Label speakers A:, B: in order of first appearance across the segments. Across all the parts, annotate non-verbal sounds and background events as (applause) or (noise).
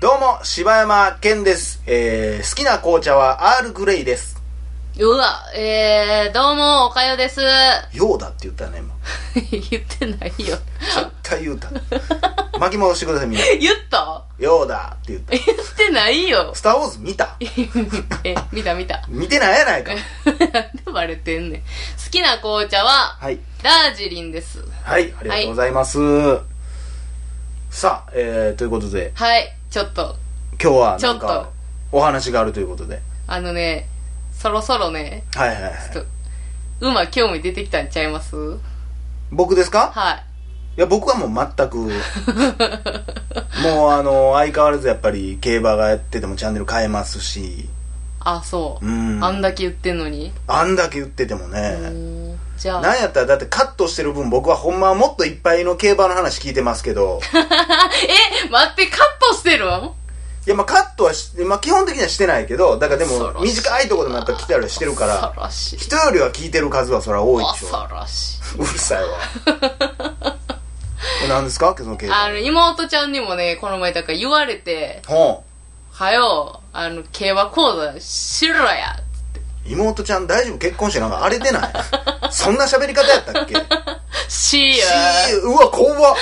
A: どうも、柴山健です。えー、好きな紅茶はアールグレイです。
B: うわ、えー、どうも、おかよです。 (laughs)
A: ようだって言ったね、今。
B: 言ってな
A: (laughs)
B: いよ。
A: 絶対言うた。巻き戻してください、みんな。
B: 言った
A: ようだって言った。
B: 言ってないよ。 (laughs)
A: スターウォーズ見た
B: え、見た見た。 (laughs)
A: 見てないやないか。
B: なんでバレてんねん。好きな紅茶は、
A: はい。
B: ダージリンです。
A: はい、ありがとうございます。さあ、えー、ということで、
B: はい、ちょっと、
A: 今日はなん
B: ちょっ
A: か、お話があるということで。
B: あのね、そろそろね、
A: はいはいはい。
B: ちょっと、馬興味出てきたんちゃいます
A: 僕ですか
B: はい
A: や、僕はもう
B: (laughs)
A: 全く、もうあの、相変わらずやっぱり競馬がやっててもチャンネル変えますし、
B: い。あ、そう。
A: うん
B: あんだけ言ってんのに。
A: あんだけ言っててもね。
B: うんじゃあ、
A: なんやったらだってカットしてる分僕はほんまはもっといっぱいの競馬の話聞いてますけ
B: (laughs)
A: ど、
B: (laughs) え、待って、カットしてるん
A: いやまあカットはし、まあ基本的にはしてないけど、だからで
B: 恐ろ
A: も
B: しい
A: 短いところでもやっぱ来たりしてるから、
B: 恐ろしい。
A: 人よりは聞いてる数はそれは多いでしょ。
B: 恐ろしい。
A: うるさい
B: (laughs)
A: わ。これ何ですかその競馬
B: あの、。妹ちゃんにもね、この前だから言われて、
A: ほ
B: はよ、あの、競馬講座しろや。
A: う妹ちゃん大丈夫結婚してなんか荒れてないそんな喋り方やったっ
B: (laughs)
A: け
B: しや。
A: 死うわ怖
B: (laughs)
A: っ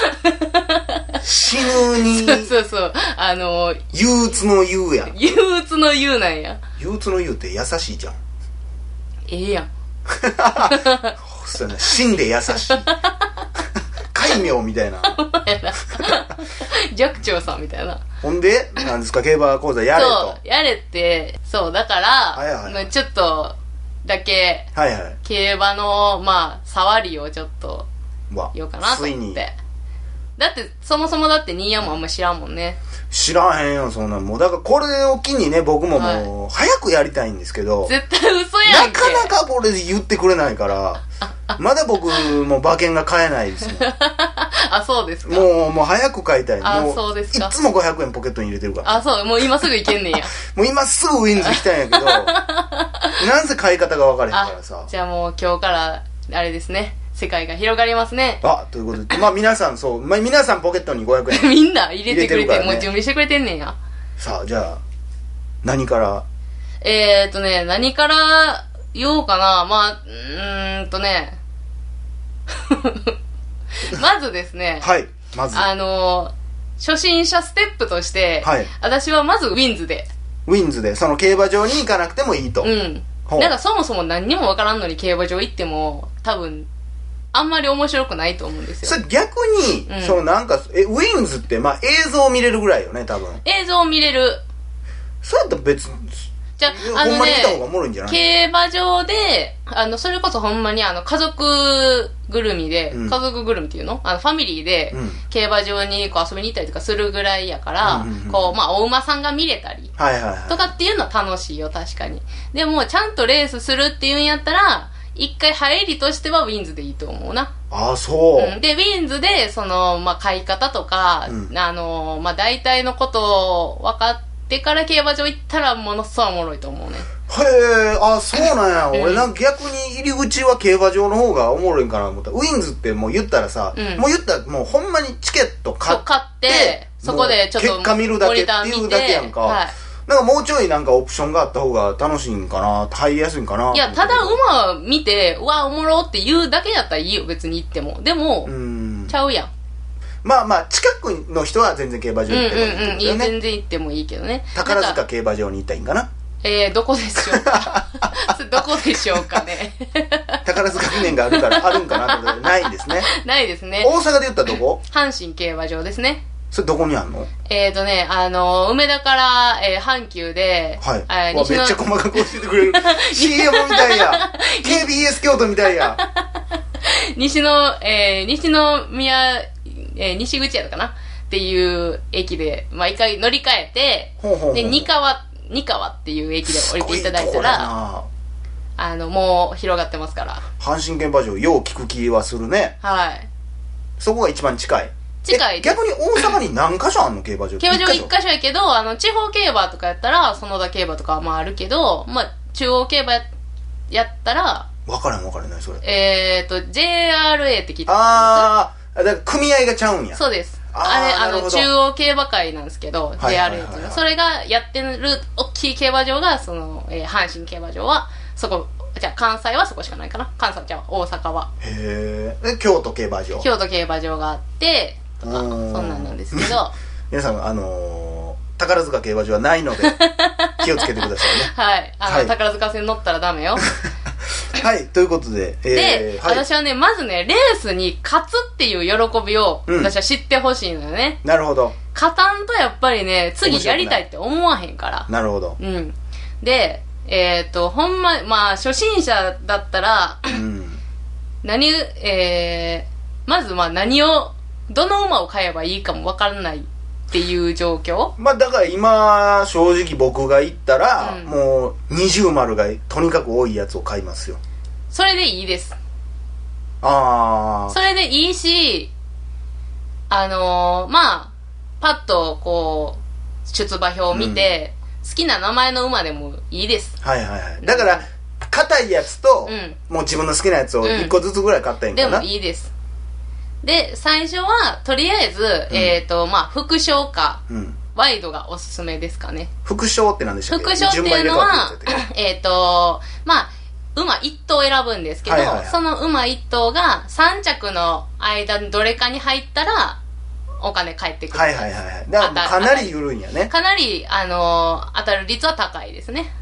A: 死ぬに
B: そうそうそう。あの、
A: 憂鬱の憂やん
B: 憂鬱の憂なんや。
A: 憂鬱の憂って優しいじゃん
B: ええやん。
A: そうやな死んで優し
B: (laughs)
A: い戒名みたいな
B: 寂聴さんみたいな。
A: ほんで何ですか競馬講座やれと
B: そう、やれって、そう、だから、
A: はいはいはい
B: まあちょっと、だけ、
A: はいはい
B: 競馬の、まあ、触りをちょっと、
A: うわ
B: 言おうかなと
A: つい
B: 思っ
A: に
B: て。だって、そもそもだって、新山もあんま知らんもんね。
A: 知らへんよそんなんもうだからこれを機にね僕ももう早くやりたいんですけど、
B: 絶対嘘や
A: なん
B: け。
A: かなかこれ言ってくれない
B: (laughs)
A: からまだ僕も馬券が買えないですね
B: あ、そうですか。
A: もう、もう早く買いたい。
B: あ
A: も
B: そうですか
A: いつも500円ポケットに入れてるから。
B: あ、そう、もう今すぐ行けんねんや。
A: もう今すぐウィンズ来たんやけ
B: (laughs)
A: ど、なんせ買い方が分かれへんからさ
B: あ、。じゃあもう今日から、あれですね、世界が広がりますね。 (laughs)
A: あ、ということで、まあ皆さんそう、まあ皆さんポケットに500円。
B: みんな入れ
A: 入れ
B: てくれ
A: てる
B: て、
A: からね
B: もう準備してくれてんねんや。
A: さあ、じゃあ、何から、
B: えーとね、何から言おうかな。まあ、うーんとね。 (laughs) まずですね、
A: はい、まず、
B: あの初心者ステップとして、
A: はい
B: 私はまずウィンズで。
A: ウィンズで、その競馬場に行かなくてもいいと。
B: うん。
A: ほう
B: なんかそもそも何にもわからんのに競馬場行っても、多分、あんまり面白くないと思うんですよ。
A: それ逆に、
B: うん
A: そのなんか、え、ウィンズって、まあ映像を見れるぐらいよね、多分。
B: 映像を見れる。
A: そうやったら別に、
B: じゃあ、あ
A: ほん
B: の
A: まに来た方がお
B: ね、
A: もろいんじゃない
B: 競馬場で、あの、それこそほんまにあの、家族ぐるみで、
A: うん
B: 家族ぐるみっていうのあの、ファミリーで
A: うん、
B: 競馬場にこう遊びに行ったりとかするぐらいやから、
A: うんうんうん
B: こう、まあ、お馬さんが見れたり、
A: はいはいはい。
B: とかっていうのは楽しいよ、確かに。でも、ちゃんとレースするっていうんやったら、一回入りとしてはウィンズでいいと思うな。
A: ああ、そう。
B: うんで、ウィンズで、その、まあ、買い方とか、
A: うん
B: あの、まあ、大体のことを分かってから競馬場行ったら、ものすごいおもろいと思うね。
A: へえ、あ、そうなん
B: う
A: や。
B: ん
A: 俺なんか逆に入り口は競馬場の方がおもろいんかなと思った。ウィンズってもう言ったらさ、
B: うん
A: もう言ったらもうほんまにチケット買
B: そ
A: っ
B: う買って、そこでちょっと
A: もう結果見るだけっていうだけやんか
B: はい
A: なんかもうちょいなんかオプションがあった方が楽しいんかな、入りやすいんかな。
B: いや、
A: と思
B: た
A: った
B: だ
A: けど
B: 馬見て、うわ、おもろって言うだけやったらいいよ、別に行っても。でも、
A: うん
B: ち。ゃうやん。
A: まあまあ、近くの人は全然競馬
B: う
A: 場
B: んう
A: 行ってもいい
B: んうん。
A: ってことだ
B: いい
A: よね。
B: 全然行ってもいいけどね。
A: 宝
B: なんか
A: 塚競馬場に行ったらいいんかな。
B: えー、どこでしょ
A: (laughs)
B: うか (laughs) それどこでしょうかね。
A: 宝塚記念があるから、あるんかなってことでないんです
B: (laughs)
A: ね。
B: ないですね。
A: 大阪で言ったらどこ
B: 阪神競馬場ですね。
A: それどこにあんの
B: えーとね、あの、梅田から、えー阪急で、
A: はい。
B: あ
A: うわめっちゃ細かく教えてくれ
B: (laughs)
A: る。CM みたいや。KBS 京都みたいや。
B: 西の、えー、西の宮、えー、西口やったかなっていう駅で、まあ、一回乗り換え
A: ほうほうほう
B: て、で、二川、二川っていう駅で降りていただい
A: すごとこや
B: たら、
A: な
B: あの、もう広がってますから。
A: 阪神競馬場、よう聞く気はするね。
B: はい。
A: そこが一番近い。
B: 近い
A: え逆に大阪に何箇所あんの競馬場。
B: 競馬場
A: 一
B: 一箇所やけど、あの、地方競馬とかやったら、園田競馬とかはまああるけど、まあ、中央競馬ややったら、
A: 分からん分からんない、それ。
B: えっ、ー、と、JRA って聞いたことありま
A: あ
B: す
A: あだから組合がちゃうんや
B: そうです。
A: あー
B: あ
A: な
B: れ、
A: る
B: あ
A: ほ
B: の、
A: ど
B: 中央競馬会なんですけど、
A: はいはいはい
B: JR
A: はい
B: のそれがやってる大きい競馬場が、その、えー阪神競馬場は、そこ、じゃあ関西はそこしかないかな。関西じゃあ大阪は。
A: へえ京都競馬場
B: 京都競馬場があって、とか、
A: うーん
B: そんなんなんですけど、
A: 皆さんあのー宝塚競馬場はない
B: (laughs)
A: ので気をつけてくださいね
B: はい。あの、
A: はい
B: 宝塚線乗ったらダメよ。
A: はいということで、えー
B: で、
A: はい、
B: 私はね、まずね、レースに勝つっていう喜びを、
A: うん
B: 私は知ってほしいのよね。
A: なるほど
B: 勝たんとやっぱりね、
A: 面
B: 次
A: 白くな
B: や
A: い
B: りたいって思わへんから。
A: なるほど
B: うん。で、えっ、と、ほんま、まあ、初心者だったら、
A: うん
B: 何、えー、まずまあ何を、どの馬を買えばいいかもわからないっていう状況
A: まあだから今正直僕が行ったら、
B: うん
A: もう二重丸がとにかく多いやつを買いますよ
B: それでいいです。
A: ああ
B: それでいいし、あのーまあ、パッとこう、出馬表を見て、好きな名前の馬でもいいです。
A: はいはいはいだから硬いやつと、
B: うん
A: もう自分の好きなやつを一個ずつぐらい買ったらいいん
B: で
A: かな、
B: もいいです。で、最初は、とりあえず、
A: ん
B: えっ、と、まあ、副賞か、
A: うん
B: ワイドがおすすめですかね。
A: 副賞って何でしたっけ
B: 副賞っていうの
A: 順
B: は
A: 番入れ替わってるやつやったっ、
B: えっ、と、まあ、馬1頭選ぶんですけど、
A: はいはいはい
B: その馬1頭が3着の間のどれかに入ったら、お金返ってく
A: け
B: る。
A: はいはいはいはいだからかなり緩いんやね、
B: かなり、あのー当たる率は高いですね。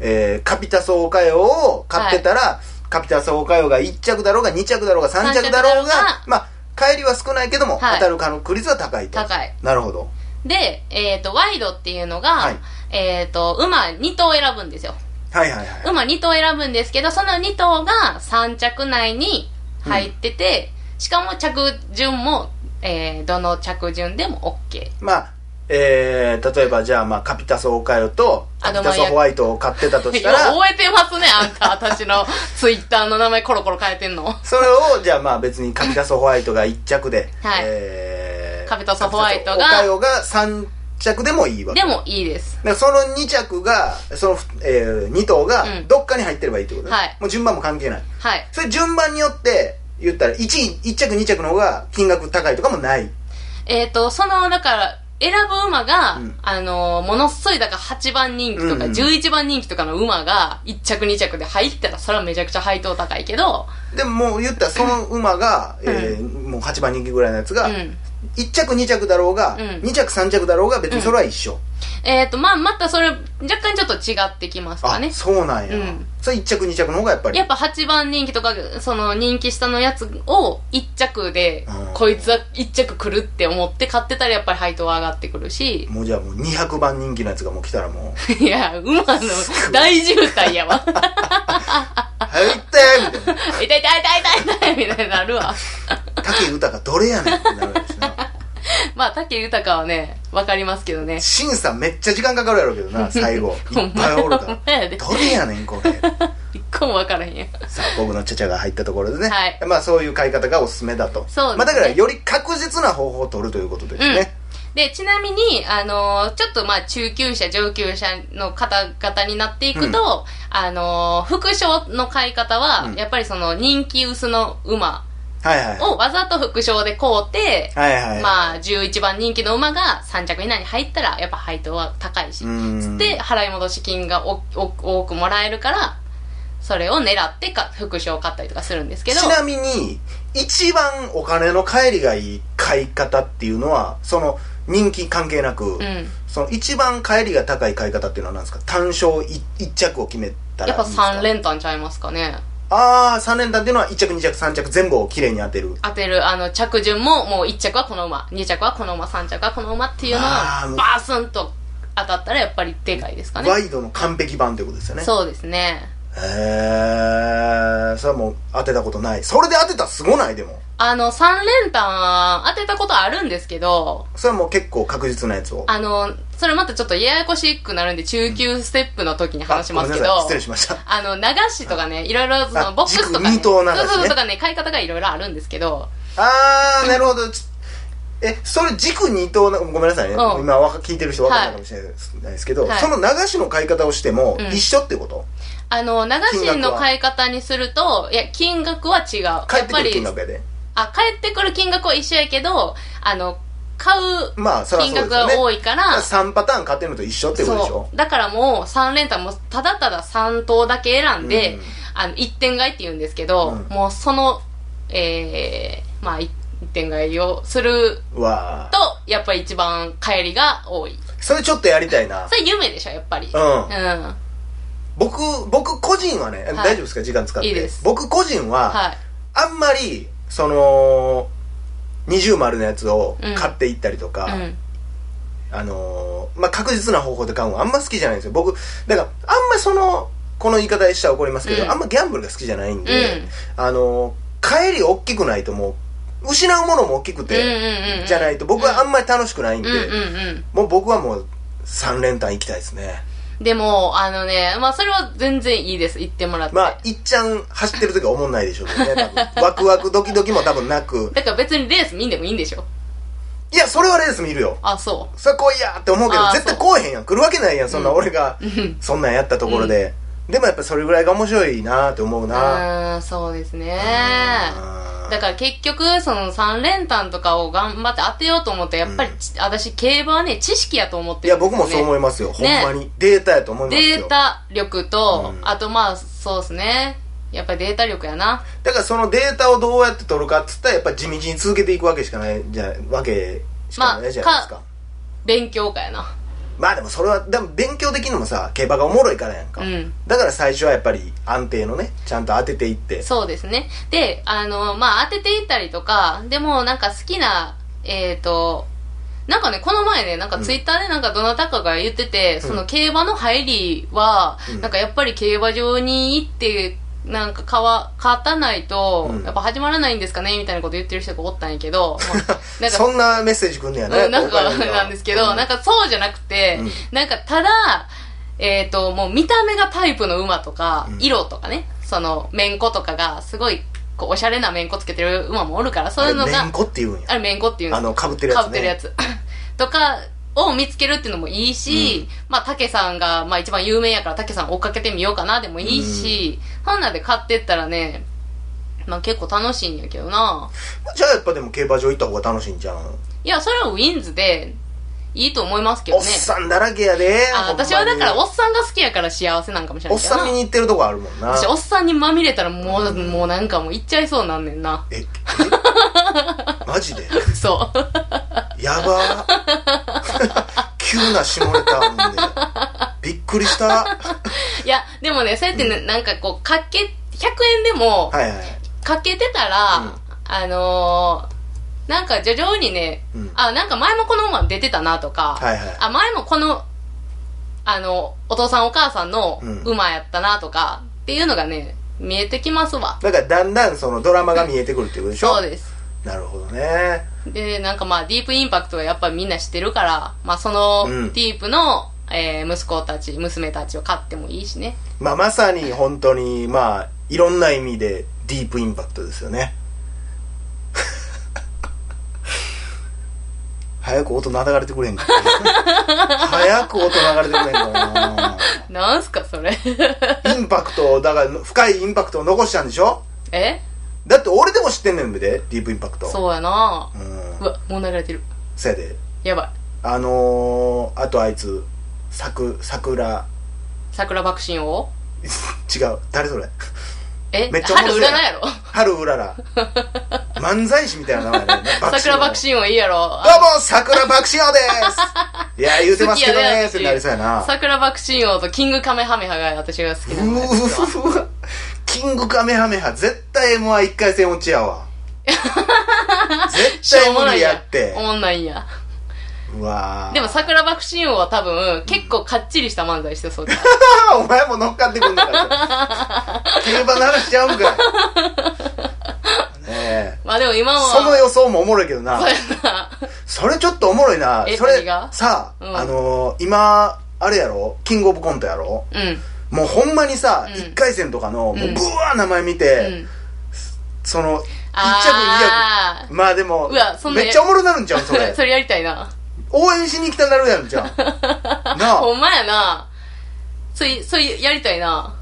A: えー、カピタソオカヨを買ってたら、カピタソオカヨが1着だろうが2着だろうが3着だろう
B: 三着だろう
A: が
B: が
A: まあ帰りは少ないけども、
B: はい
A: 当たる確率は高いと
B: 高い
A: なるほど
B: で、えっ、と、ワイドっていうのが、
A: はい
B: えっ、と、馬2頭選ぶんですよ。
A: はいはいはい
B: 馬2頭選ぶんですけど、その2頭が3着内に入ってて、しかも着順も、えーどの着順でも OK。
A: まあ、えー、例えばじゃあ、まあ、カピタソオカヨと、
B: あ
A: カ
B: の
A: ピタソホワイトを買ってたと
B: い
A: し
B: や
A: たら、
B: 覚えてますね、あんた。私のツイッターの名前コロコロ変えてんの。
A: (laughs) それを、じゃあまあ別にカピタソホワイトが1着で、
B: はい
A: えー、
B: カピタソホワイ
A: カ
B: トが
A: ピタソオカヨが3着でもいいわけ。
B: でもいいです。
A: だからその2着が、その、えー、2頭が
B: う、ん
A: どっかに入ってればいいってことね。
B: はい
A: もう順番も関係ない。
B: はい。
A: それ順番によって、言ったら1、1着2着の方が金額高いとかもない。
B: えっ、と、その、だから、選ぶ馬が、
A: うん
B: あのーものっそい、だから8番人気と
A: うんう
B: か
A: ん
B: 11番人気とかの馬が1着2着で入ったら、それはめちゃくちゃ配当高いけど、
A: でももう言ったらその馬が、えーもう8番人気ぐらいのやつが、
B: うん
A: 1着2着だろうが、
B: うん
A: 2着3着だろうが別にそれは一緒、
B: えっ、と、まあ、またそれ、若干ちょっと違ってきますか
A: あ、
B: ね。
A: そうなんや、
B: うん
A: それ1着2着の方がやっぱり
B: やっぱ8番人気とか、その人気下のやつを1着で
A: うん、
B: こいつは1着来るって思って買ってたらやっぱり配当は上がってくるし、
A: もうじゃあもう200番人気のやつがもう来たらもう
B: いや、馬の大渋滞
A: (laughs)
B: やわ。
A: 「入って!」みたいな
B: 痛い痛い痛い痛い痛いみたいになるわ。
A: 「武豊がどれやねん」ってなるん
B: (laughs)
A: ですね
B: まあ、竹豊はね、わかりますけどね。
A: 審査めっちゃ時間かかるやろうけど
B: (laughs)
A: な最後い
B: ほ
A: っ
B: ん
A: ぱ
B: ま
A: い
B: や
A: おるから
B: ほんまやで
A: どれやねんこ
B: (laughs)
A: れ
B: 一個もわからへんやん。
A: さあ僕のちゃちゃが入ったところでね、
B: はい
A: まあそういう買い方がおすすめだと
B: そうですね
A: まあ、だからより確実な方法を取るということですね、
B: で、ちなみに、あのーちょっとまあ、中級者、上級者の方々になっていくと、あのー副賞の買い方は、
A: うん
B: やっぱりその人気薄の馬
A: はいはい
B: をわざと副賞で買うて、
A: はいはい
B: まあ、11番人気の馬が3着以内に入ったら、やっぱ配当は高いし、
A: うん
B: つって払い戻し金がおお多くもらえるから、それを狙ってか副賞を買ったりとかするんですけど、
A: ちなみに一番お金の帰りがいい買い方っていうのはその人気関係なく、
B: うん。
A: その一番帰りが高い買い方っていうのは何ですか単勝い一着を決めたら
B: やっぱ3
A: 連
B: 連単ちゃいますかね。
A: ああ三連単っていうのは一着二着三着全部をきれいに当てる
B: 当てる、あの、着順も、もう1着はこの馬、2着はこの馬、3着はこの馬っていうの
A: あー
B: が
A: もう、
B: バスンと当たったらやっぱりでかいですかね。
A: ワイドの完璧版ということですよねう
B: そうですね。
A: へえそれはもう当てたことないそれで当てたらすごないでも
B: あの、3連単当てたことあるんですけど、
A: それはもう結構確実なやつを
B: あの、それまたちょっとややこしくなるんで、中級ステップの時に話しますけ
A: あごめんなさい
B: ど
A: 失、礼しました
B: あの、流しとかね、いろいろ、そ
A: あ
B: の、ボックスとか、ね、
A: 軸二等流しね
B: そうそうそうとかね、買い方がいろいろあるんですけど、
A: あー、なるほど。ちえ、それ軸二等な、ごめんなさいね。
B: うん
A: 今わか聞いてる人わかんないかもしれないですないですけど、
B: はい
A: その流しの買い方をしても
B: うん
A: 一緒ってこと、
B: あの、流し
A: 金額
B: の
A: は
B: 買い方にすると、いや、金額は違
A: 返
B: う。や
A: っ
B: ってぱ
A: くる
B: り
A: 金、額やで。
B: あ、帰ってくる金額は一緒やけど、あの、買う
A: まあ、そりゃそ
B: 金
A: うで
B: 額
A: すよね。
B: が多いから、
A: 3パターン買ってるのと一緒ってことでしょ
B: う。だからもう3連単もただただ3等だけ選んで、
A: うん
B: あの、1点買いって言うんですけど、
A: うん
B: もうその、えー、まあ、1点買いをする
A: わあ
B: と、やっぱり一番帰りが多い。
A: それちょっとやりたいな
B: そ。れ夢でしょ、やっぱり。
A: う。
B: うんん。
A: 僕、僕個人はね、
B: い
A: 大丈夫ですか時間使って。
B: いいです
A: 僕個人は、
B: はい。
A: あんまり、その、二重丸のやつを
B: うん
A: 買っていったりとか、
B: うん。
A: あのーまあ、確実な方法で買うのはあんま好きじゃないんですよ。僕、だから、あんまその、この言い方でしたら怒りますけど、
B: うん
A: あんまギャンブルが好きじゃないん
B: うん。う
A: で、あのー帰り大きくないともう、失うものも大きく
B: ん
A: て、
B: うんうん。
A: じゃないと僕はあんまり楽しくないんで、
B: うんうんうん。
A: もう僕はもう3連単行きたいですね。
B: でも、あのね、まあそれは全然いいです。言ってもらって。
A: まあ、いっちゃん走ってる時は思んないでしょうけど
B: (laughs)
A: ね、多分。ワクワクドキドキも多分なく。
B: だから別にレース見んでもいいんでしょ
A: いや、それはレース見るよ。
B: あ、そ
A: それ来いやって思うけど
B: あ、ー
A: 絶対来えへんやん。来るわけないやん、そんな俺が
B: う。う、ん。
A: そんなんやったところで。でもやっぱそれぐらいが面白いなって思うな
B: うん、そうですね。
A: うん
B: だから結局、その3連単とかを頑張って当てようと思って、やっぱりち、私、競馬はね、知識やと思っ
A: い
B: て
A: や、
B: るんです
A: 僕
B: よ、ね。
A: もそう思いますよ。ほんまに。データやと思います
B: デ
A: よ
B: ー。タ力と、
A: うん
B: あとまあ、そうですね。やっぱりデータ力やな。
A: だからそのデータをどうやって取るかっつったら、やっぱ地道に続けていくわけしかない、じゃ、わけしかないじゃないですか。
B: 勉強家やな。
A: まあでもそれは、でも勉強できるのもさ、競馬がおもろいからやんか。
B: うん
A: だから最初はやっぱり安定のね、ちゃんと当てていって。
B: そうですね。で、あの、まあ、当てていったりとか、でもなんか好きな、えっ、と、なんかね、この前ね、なんかツイッターでなんかどなたかが言ってて、その競馬の入りは、
A: うん
B: なんかやっぱり競馬場に行って、なんか買わ、勝たないと
A: う、ん
B: やっぱ始まらないんですかねみたいなこと言ってる人がおったんや
A: (laughs)
B: けど、まあなんか
A: そんなメッセージくんねやね。
B: うん、なんか、
A: 今回の
B: なんですけど、なんかそうじゃなくて、
A: うん
B: なんかただ、えっ、と、もう見た目がタイプの馬とか、
A: うん
B: 色とかね、その、めんことかが、すごい、こう、おしゃれなめんこつけてる馬もおるから、そういうの
A: あれめん
B: が、
A: こって言うんや
B: あれめんこっていうんで
A: あ
B: す
A: のかぶってるや
B: か
A: つ
B: ぶ
A: ね
B: ってるやつ。 (laughs) とか、を見つけるっていうのもいいし、まあ、竹さんが、まあ一番有名やから、竹さん追っかけてみようかなでもいいし、そんなんで買ってったらね、まあ結構楽しいんやけどな。
A: じゃあやっぱでも競馬場行った方が楽しいんじゃん、
B: いや、それはウィンズで、いいと思いますけど
A: おっ
B: ね。
A: さんだらけやで
B: あ
A: ほんまに
B: 私はだからおっさんが好きやから幸せなんかもしれ
A: おっ
B: ないけど
A: さ
B: なん
A: 見に行ってるとこあるもんな
B: 私おっさんにまみれたらもう,、
A: うん
B: もうなんかもう行っちゃいそうなんねんな (laughs)
A: ええマジで
B: そう
A: やばー急な下ネタもんでびっくりしたはい
B: やでもねそうやってね、なんかこうかけ100円でも
A: いはい
B: かけてたら、あのー、なんか徐々にね、
A: うん
B: あなんか前もこの馬出てたなとか、
A: はいはい
B: あ前もこのあのお父さんお母さんの
A: うん
B: 馬やったなとか、っていうのがね見えてきますわ
A: だからだんだんそのドラマが見えてくるってことでしょ
B: そうです
A: なるほどね
B: で、なんかまあ、ディープインパクトはやっぱみんな知ってるから、まあその
A: うん、
B: ディープの、えー息子たち、娘たちを飼ってもいいしね。 (laughs)
A: まあまさに本当にまあいろんな意味でディープインパクトですよね早く音流れてくれへんかな早く音流れてくれへんかな
B: なんすか、それ。 (laughs)
A: インパクトをだから深いインパクトを残したんでしょ
B: え
A: だって俺でも知ってんねんでディープインパクト
B: そうやな
A: ううん
B: うわ、もう流れてる。
A: そやで
B: やばい。
A: あのー、あとあいつさく桜
B: 桜爆心王
A: (laughs) 違う誰それ (laughs)
B: え
A: めっちゃ面
B: 春
A: 白
B: 占
A: い
B: いやろ
A: 春うらら漫才師みたいな名前
B: (laughs)
A: だよね
B: 桜爆
A: 心
B: 心王いいやろ
A: どう
B: あ
A: も、桜爆笑
B: (laughs)
A: です。いや、言うてますけど
B: 好きや
A: ね、
B: ね
A: ってなりそうやな。う
B: 桜爆心王とキングカメハメハが私が好きなんですよ
A: ーふふキングカメハメハ、絶対 M11 回戦落ちやわ。絶
B: (laughs) しょ
A: 対
B: うも
A: 無
B: ない
A: 理
B: や
A: や
B: ん
A: って
B: お。もんないんや。
A: うわー
B: でも桜爆心王は多分、結構かっちりした漫才してそうだ。
A: (laughs) お前も乗っかってくんだから。競馬の話しちゃうんかい。ねえ。
B: まあでも今は。
A: その予想もおもろいけどな
B: そう。やな。
A: それちょっとおもろいな。
B: え
A: それ
B: 何が、
A: さ、
B: うん
A: あのー、今、あれやろキングオブコントやろ
B: うん。
A: もうほんまにさ、
B: うん
A: 一1回戦とかの、もうブ
B: ん
A: ワー名前見
B: う
A: て、
B: ん。
A: その、1着、
B: あ
A: 2着。まあでも
B: うわそ、んな
A: めっちゃおもろなるんじゃん、そ
B: ー
A: れ
B: (laughs) そ。れやりたいな。
A: 応援しに行きたなるやん
B: (laughs)
A: じゃん。な
B: ほ
A: あ、
B: んまやな。そうい、そういう、やりたいな。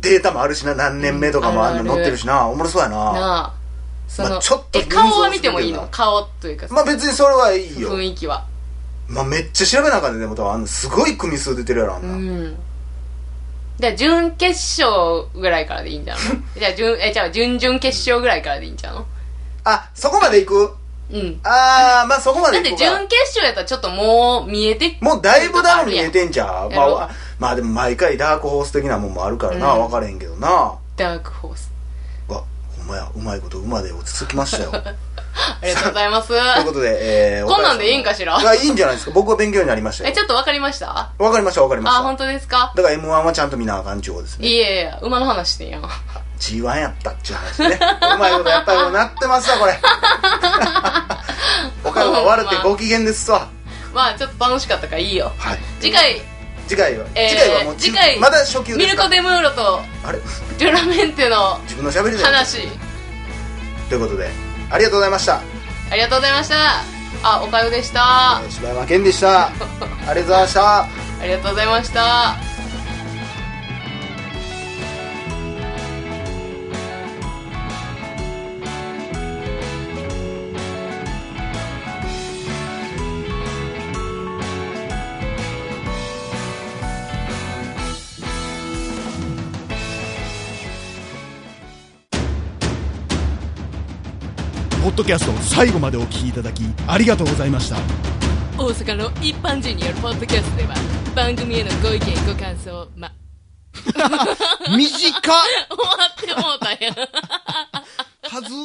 A: データもあるしな、何年目とかもあんの
B: うん
A: 載ってるしな、おもろそうやな。
B: なあ。その、
A: まあちょっと
B: え、顔は見てもいい
A: 人
B: の
A: 相
B: 顔というか、
A: まあ別にそれはいいよ
B: 雰囲気は。
A: まあめっちゃ調べなあかんねんでも多分あんなすごい組数出てるやろあん
B: う
A: な、
B: ん。じゃあ、準決勝ぐらいからでいいんじゃん
A: (laughs)
B: じゃあ、準、え、じゃあ、準々決勝ぐらいからでいいんじゃんの
A: あそこまで行く
B: うん。
A: ああまあそこま
B: だ
A: で
B: って
A: 行
B: 準
A: くか
B: 決勝やったらちょっともう見えて
A: もうだいぶダウン見えてんじゃん
B: や
A: ま
B: ろ
A: あ、まあでも毎回ダークホース的なもんもあるからな、
B: うん
A: 分からへんけどな
B: ダークホース
A: わほんまやうまいこと馬で落ち着きましたよ
B: (laughs)
A: とい
B: ありがとうござ
A: (laughs)
B: います
A: うことで、えー、
B: (laughs) こんなんでいいんかしら
A: あいいんじゃないですか僕は勉 (laughs) 強になりました
B: え
A: よ
B: ちょっと分かりました
A: わかりましたわかりまし
B: あ本
A: た
B: 当ですか
A: だから m 1はちゃんと見なあかんちゅうことですね
B: いえいえ馬の話してんやん
A: G1 やったっちゅう話ねうまいことやっぱりもうなってますわ (laughs) これおかんは悪くてご機嫌ですわ
B: まあちょっと楽しかったからいいよ
A: はい
B: 次回
A: 次回は、
B: えー
A: 次回はもう
B: 次回
A: まだ初級
B: ミ
A: で
B: ル
A: すか
B: コ・デムーロと
A: あれ
B: デュラメンテ
A: (laughs)
B: の
A: 自分の喋りで
B: 話
A: ということでありがとうございました
B: ありがとうございましたあおかよでしたあ
A: えー柴山健でしたありがとうございました
B: りがとうございました
C: ポッドキャスト最後までお聞きいただきありがとうございま
B: (laughs)
C: した
B: 大阪の一般人によるポッドキャストでは番組へのご意見ご感想ま (laughs)
C: 短っ
B: 終わってもうたやんは
C: はず
B: ず